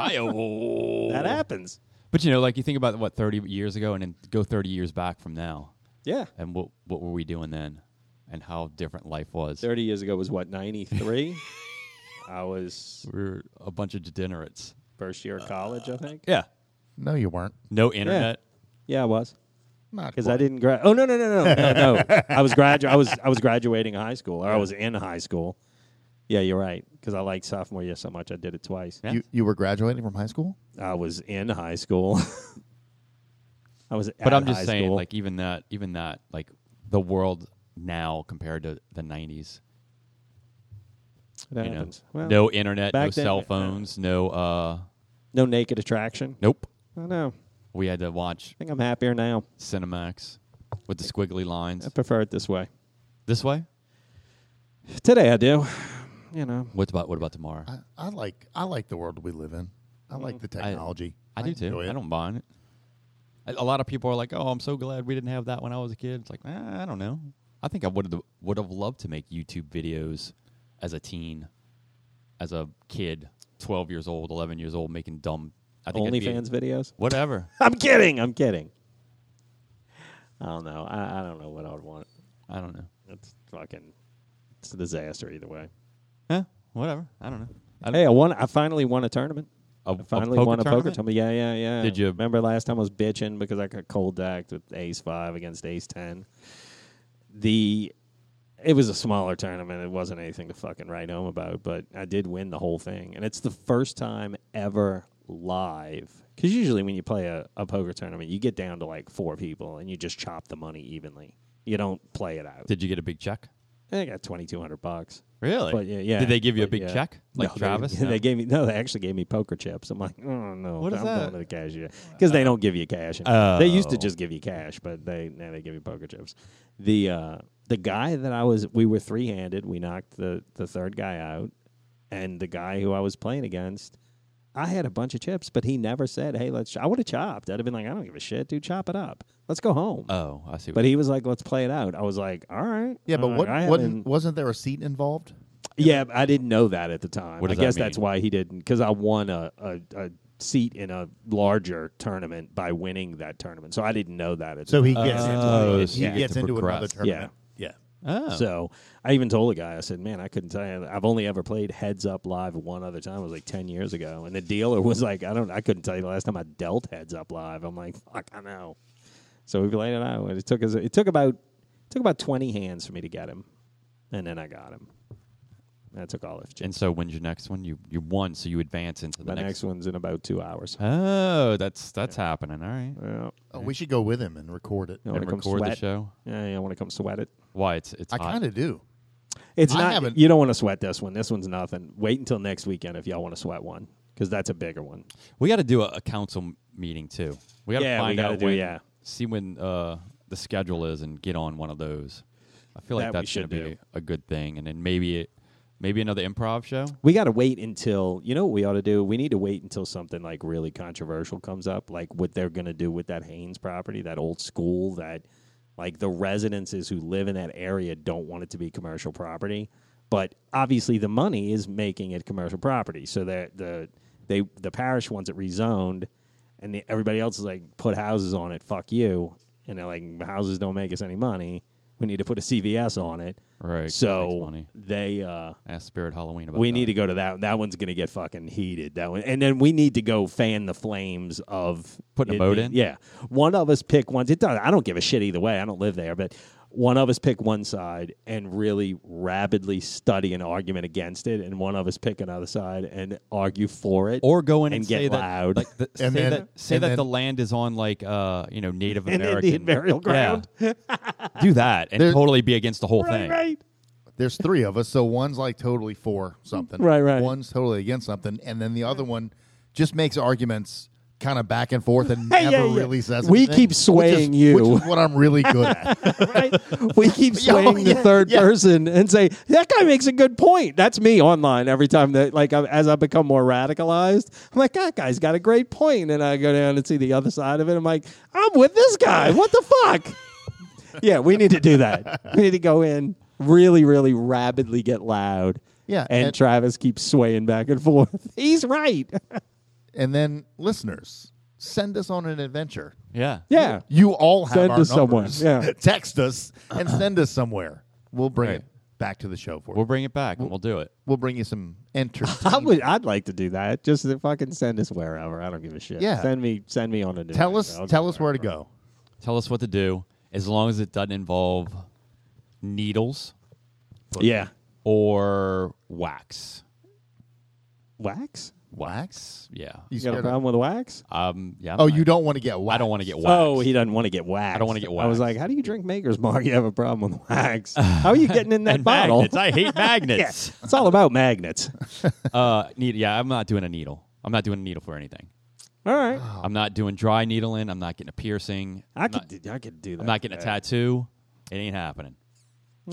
Hi-yo. that happens. but you know, like you think about what thirty years ago, and then go thirty years back from now, Yeah, and what what were we doing then, and how different life was. thirty years ago was what ninety three. I was we were a bunch of degenerates. first year Uh, of college, I think. Yeah, no, you weren't. no internet. Yeah, I was Not because I didn't grad. Oh no no no no no no. I was gradu- I was I was graduating high school, or I was in high school. Yeah, you're right. Because I liked sophomore year so much, I did it twice. Yeah. You you were graduating from high school. I was in high school. I was. but at I'm just high saying, school. like even that, even that, like the world now compared to the '90s. It You know, happens. Well, no internet, no back then- cell phones, no. uh no naked attraction. Nope. I don't know. I We had to watch think I'm happier now. Cinemax with the squiggly lines. I prefer it this way. This way. Today I do. You know. What's about what about tomorrow? I, I like I like the world we live in. I like the technology. I, do too. enjoy it. I don't mind it. A a lot of people are like, "Oh, I'm so glad we didn't have that when I was a kid." It's like, eh, I don't know. I think I would have would have loved to make YouTube videos as a teen, as a kid, twelve years old, eleven years old, making dumb. I think I'd be- OnlyFans videos. Whatever. I'm kidding. I'm kidding. I don't know. I, I don't know what I would want. I don't know. It's fucking. It's a disaster either way. Eh, whatever. I don't know. I don't, Hey, I won. I finally won a tournament. a- I a finally poker won a poker tournament? tournament. Yeah, yeah, yeah. Did you- remember last time I was bitching because I got cold decked with Ace Five against Ace Ten? The it was a smaller tournament. It wasn't anything to fucking write home about, but I did win the whole thing, and it's the first time ever live. Because usually when you play a, a poker tournament, you get down to like four people and you just chop the money evenly. You don't play it out. Did you get a big check? I got twenty two hundred bucks. Really? But yeah, yeah. Did they give you a But big yeah. check, like No, they- Travis? They, No. gave me no. They actually gave me poker chips. I'm like, oh no, What is I'm that? going to the cashier because they don't give you cash. Oh. They used to just give you cash, but they now they give you poker chips. The uh, the guy that I was, we were three handed. We knocked the the third guy out, and the guy who I was playing against. I had a bunch of chips, but he never said, "Hey, let's." Ch-. I would have chopped. I'd have been like, "I don't give a shit, dude. Chop it up. Let's go home." Oh, I see. What but he was like, "Let's play it out." I was like, "All right." Yeah, but I'm what, like, I what haven't- wasn't there a seat involved? yeah, I didn't know that at the time. What I does that guess that's mean? why he didn't, because I won a, a, a seat in a larger tournament by winning that tournament. So I didn't know that. At So the Uh, he time. gets Oh, into, so he you get gets to into another progress. tournament. Yeah. Oh. So I even told the guy, I said, "Man, I couldn't tell you. I've only ever played heads up live one other time. It was like ten years ago, and the dealer was like, I don't, I couldn't tell you the last time I dealt heads up live. I'm like, fuck, I know. So we played it out, and it took us, it took about, it took about twenty hands for me to get him, and then I got him. That took all of and so when's your next one? You you won, so you advance into the My next next. one's in about two hours. Oh, that's that's happening. All right. Yeah. Oh, we should go with him and record it. You wanna And come record the sweat? show. Yeah, you want to come sweat it? Why it's it's I hot. kind of do. It's I not. haven't- You don't want to sweat this one. This one's nothing. Wait until next weekend if y'all want to sweat one, because that's a bigger one. We got to do a, a council m- meeting too. We got to Yeah, we find gotta out do- when, yeah. see when uh, the schedule is and get on one of those. I feel like That we that's going should to do. be a good thing, and then maybe it, maybe another improv show. We got to wait until you know what we ought to do. We need to wait until something like really controversial comes up, like what they're going to do with that Haynes property, that old school that like the residences who live in that area don't want it to be commercial property, but obviously the money is making it commercial property. So that the they the parish wants it rezoned, and the, everybody else is like put houses on it. Fuck you, and they're like houses don't make us any money. We need to put a CVS on it. Right, makes So money. they uh Ask Spirit Halloween about. we that. need to go to that. That one's going to get fucking heated. That one, and then we need to go fan the flames of Putting a it boat being- in? Yeah, one of us pick one. It does. I don't give a shit either way. I don't live there, but one of us pick one side and really rabidly study an argument against it, and one of us pick another side and argue for it, or go in and, and, get say loud. that like the, say And then- that say and that then- the land is on like uh you know Native An American Indian burial ground. Yeah. Do that and There- totally be against the whole right, thing. right. There's three of us, so one's like totally for something. Right, right. One's totally against something, and then the other one just makes arguments kind of back and forth and Hey, never yeah, yeah. really says We anything, keep which is- swaying you. Which is what I'm really good at. right? We keep Yeah, swaying the yeah, third yeah. person and say that guy makes a good point. That's me online every time that like I, as I become more radicalized. I'm like that guy's got a great point, and I go down and see the other side of it. I'm like I'm with this guy. What the fuck? yeah, we need to do that. We need to go in really, really rapidly get loud. Yeah, and, and- Travis keeps swaying back and forth. He's right. and then listeners, send us on an adventure. Yeah. yeah. You all have Send our us somewhere, numbers. yeah. Text us and send us somewhere. We'll bring Right. it back to the show for you. We'll bring it back and we'll do it. We'll bring you some entertainment. I would. I'd like to do that. Just to fucking send us wherever. I don't give a shit. Yeah. Send me. Send me on a. new Tell one. us, I'll go tell us where to go. Tell us what to do as long as it doesn't involve needles Yeah. or wax. Wax? Wax? You Yeah. You got a scared problem with wax? Um yeah. I'm Oh, not- you don't want to get waxed. I don't want to get wax. Oh, he doesn't want to get wax. I don't wanna get I was waxed. like, how do you drink Maker's Mark? You have a problem with wax. How are you getting in that and bottle? magnets. I hate magnets. It's all about magnets. Uh need, yeah, I'm not doing a needle. I'm not doing a needle for anything. All right. I'm not doing dry needling. I'm not getting a piercing. I could, do, I could do that. I'm not getting a Yeah. tattoo. It ain't happening.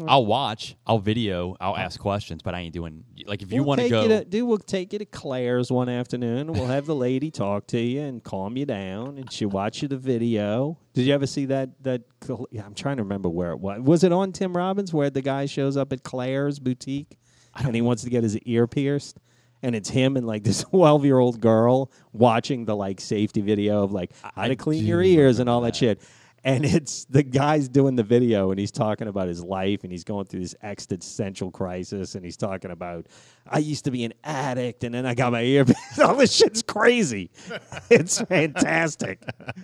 I'll watch. I'll video. I'll ask questions, but I ain't doing like if you We'll want to take go. you to- dude, we'll take you to Claire's one afternoon. We'll have the lady talk to you and calm you down, and she'll watch you the video. Did you ever see that? That cl- yeah, I'm trying to remember where it was. Was it on Tim Robbins where the guy shows up at Claire's boutique and he wants to get his ear pierced? And it's him and like this 12 year old girl watching the like safety video of like how to clean do your ears and all that shit. And it's the guy's doing the video and he's talking about his life and he's going through this existential crisis and he's talking about, I used to be an addict and then I got my ear. pierced." all this shit's crazy. It's fantastic.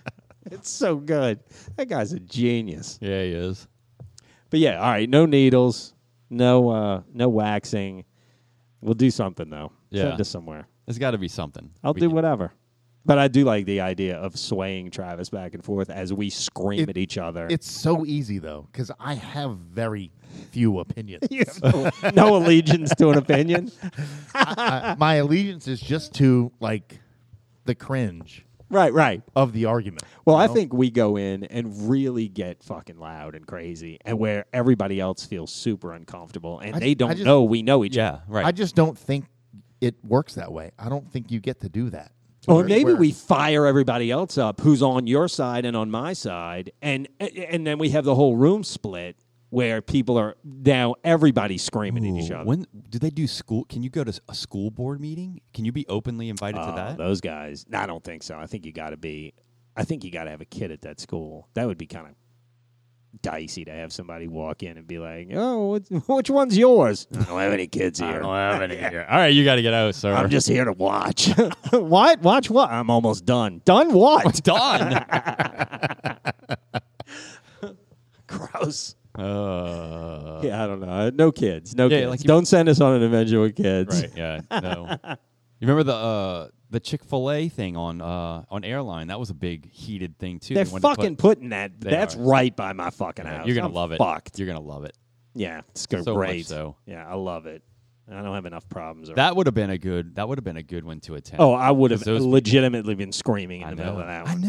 it's so good. That guy's a genius. yeah, he is. But yeah, all right. No needles, no uh, no waxing. We'll do something though. Yeah. Send us somewhere. There's got to be something. I'll We do can- whatever. But I do like the idea of swaying Travis back and forth as we scream It- at each other. It's so easy though, because I have very few opinions. You have no, no allegiance to an opinion, I- my allegiance is just to like the cringe right? Right. of the argument. Well, you I know? think we go in and really get fucking loud and crazy, and where everybody else feels super uncomfortable, and I they ju- I don't just- know we know each other. Yeah, right. I just don't think it works that way. I don't think you get to do that. Or Where- maybe where- we fire everybody else up who's on your side and on my side, and and then we have the whole room split, where people are now everybody's screaming at each Ooh, other. When do they do school? Can you go to s- a school board meeting? Can you be openly invited Oh, to that? Those guys. No, I don't think so. I think you got to be. I think you got to have a kid at that school. That would be kind of dicey to have somebody walk in and be like, "Oh, what's, which one's yours?" I don't have any kids here. Oh, All right, you got to get out, sir. I'm just here to watch. what? Watch what? I'm almost done. Done what? done. Gross. uh, Yeah, I don't know. No kids. No Yeah, kids. like you- don't send us on an adventure with kids. right? Yeah. No. You remember the uh, the Chick Fil A thing on uh, on airline? That was a big heated thing too. They're They wanted to put- fucking putting that. They That's are. right by my fucking Yeah, house. You're gonna I'm love it. Fucked. You're gonna love it. yeah, it's go- So much great. so. Yeah, I love it. I don't have enough problems. around That would have been a good. That would have been a good one to attend. Oh, I would have 'Cause those- legitimately been screaming in I the middle know. of that I one.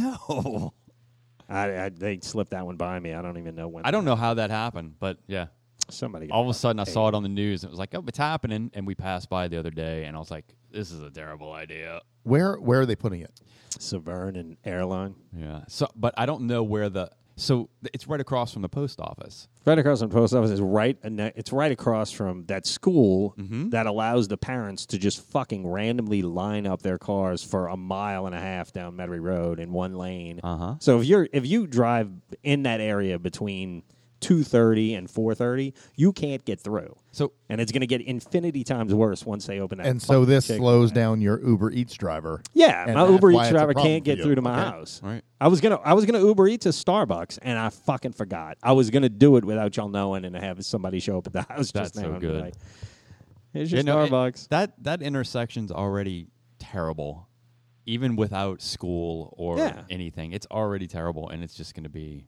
know. I, I, they slipped that one by me. I don't even know when. I don't know how that happened, but yeah. Somebody. got All of a sudden, I paid. saw it on the news. And it was like, oh, it's happening. And we passed by the other day, and I was like, this is a terrible idea. Where where are they putting it? Severn and airline Yeah. So, but I don't know where the so th- it's right across from the post office. right across from the post office is right. a ne- It's right across from that school Mm-hmm. that allows the parents to just fucking randomly line up their cars for a mile and a half down Metairie Road in one lane. Uh-huh. So if you're if you drive in that area between two thirty and four thirty, you can't get through. So And it's going to get infinity times worse once they open that. And so this Chick-fil-A. slows down your Uber Eats driver. Yeah, And my that's Uber why Eats it's a driver problem can't for get you. through to my Okay. house. Right. I was gonna I was gonna Uber Eats to Starbucks and I fucking forgot. I was gonna do it without y'all knowing and have somebody show up at the house That's just now so and be good. like, Here's your you know, it- Starbucks. that that intersection's already terrible, even without school or Yeah. anything. It's already terrible, and it's just going to be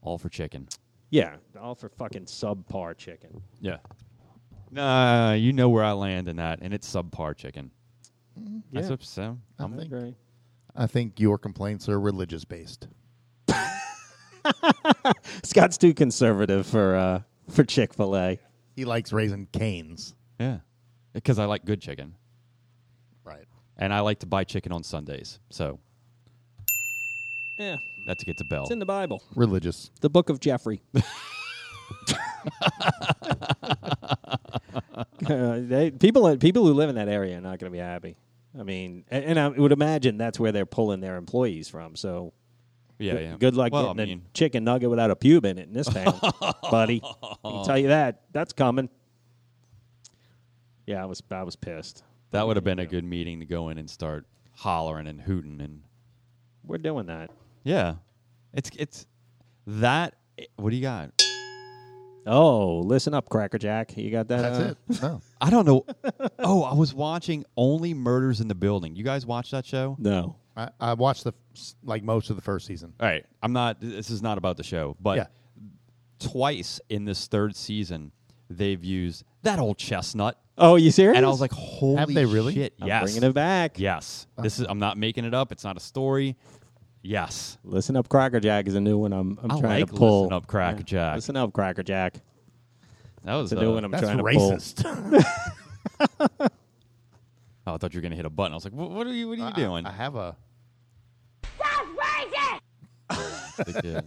all for chicken. yeah. All for fucking subpar chicken. Yeah. Nah, you know where I land in that, and it's subpar chicken. Mm-hmm. Yeah. Uh-huh. That's what- so. I I'm, agree. I think your complaints are religious based. Scott's too conservative for uh for Chick fil A. He likes raising canes. yeah, because I like good chicken, Right. and I like to buy chicken on Sundays. So Yeah. that's gets a bell. It's in the Bible. Religious. The book of Jeffrey. Uh, they, people, people who live in that area are not going to be happy. I mean, a- and I would imagine that's where they're pulling their employees from. So, yeah, yeah. good luck well, getting I mean, a chicken nugget without a pube in it in this town, buddy. I can tell you that that's coming. Yeah, I was I was pissed. That would have been a good meeting to go in and start hollering and hooting and We're doing that. yeah, it's it's that. What do you got? Oh, listen up, Cracker Jack. You got that? That's uh, it. No. I don't know. oh, I was watching Only Murders in the Building. You guys watch that show? No. I, I watched the f- like most of the first season. All right, I'm not. This is not about the show, but Yeah. twice in this third season, they've used that old chestnut, Oh, you serious? and I was like, "Holy they really? shit!" I'm yes, bringing it back. yes. Uh-huh. This is. I'm not making it up. It's not a story. Yes, Listen up, Cracker Jack is a new one. I'm I'm I trying like to pull. Listen Up, Cracker Jack. Listen up, Cracker Jack. that was It's a uh, new one. I'm That's trying to pull. racist. Oh, I thought you were gonna hit a button. I was like, "What, what are you? Uh, What are you doing?" I, I have a. Like, yeah.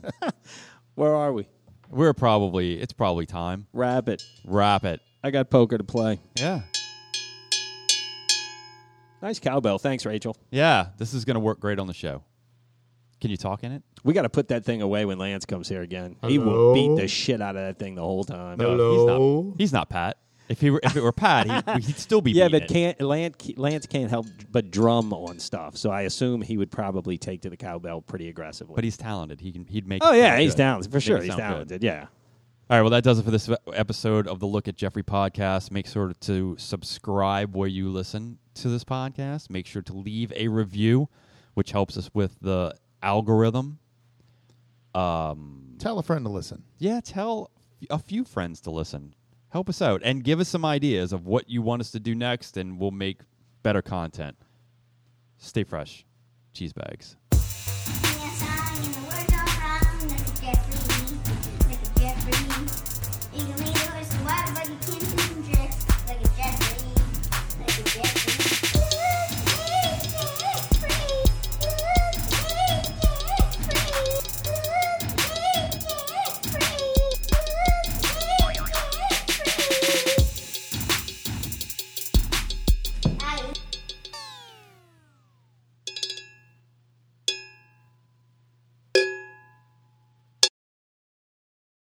Where are we? We're probably. It's probably time. Wrap it. Wrap it. I got poker to play. Yeah. Nice cowbell. Thanks, Rachel. Yeah. This is gonna work great on the show. Can you talk in it? We got to put that thing away when Lance comes here again. He will beat the shit out of that thing the whole time. Hello. Uh, He's not, he's not Pat. If he were, if it were Pat, he, he'd still be. Yeah, beating but it. can't Lance, Lance can't help but drum on stuff. So I assume he would probably take to the cowbell pretty aggressively. But he's talented. He can. He'd make. oh it yeah, sound he's good. talented for Make sure. it He's sound good. talented. Yeah. All right. Well, that does it for this episode of the Look at Jeffrey podcast. Make sure to subscribe where you listen to this podcast. Make sure to leave a review, which helps us with the algorithm. Tell a friend to listen. yeah, tell a few friends to listen. Help us out and give us some ideas of what you want us to do next, and we'll make better content. Stay fresh, cheese bags.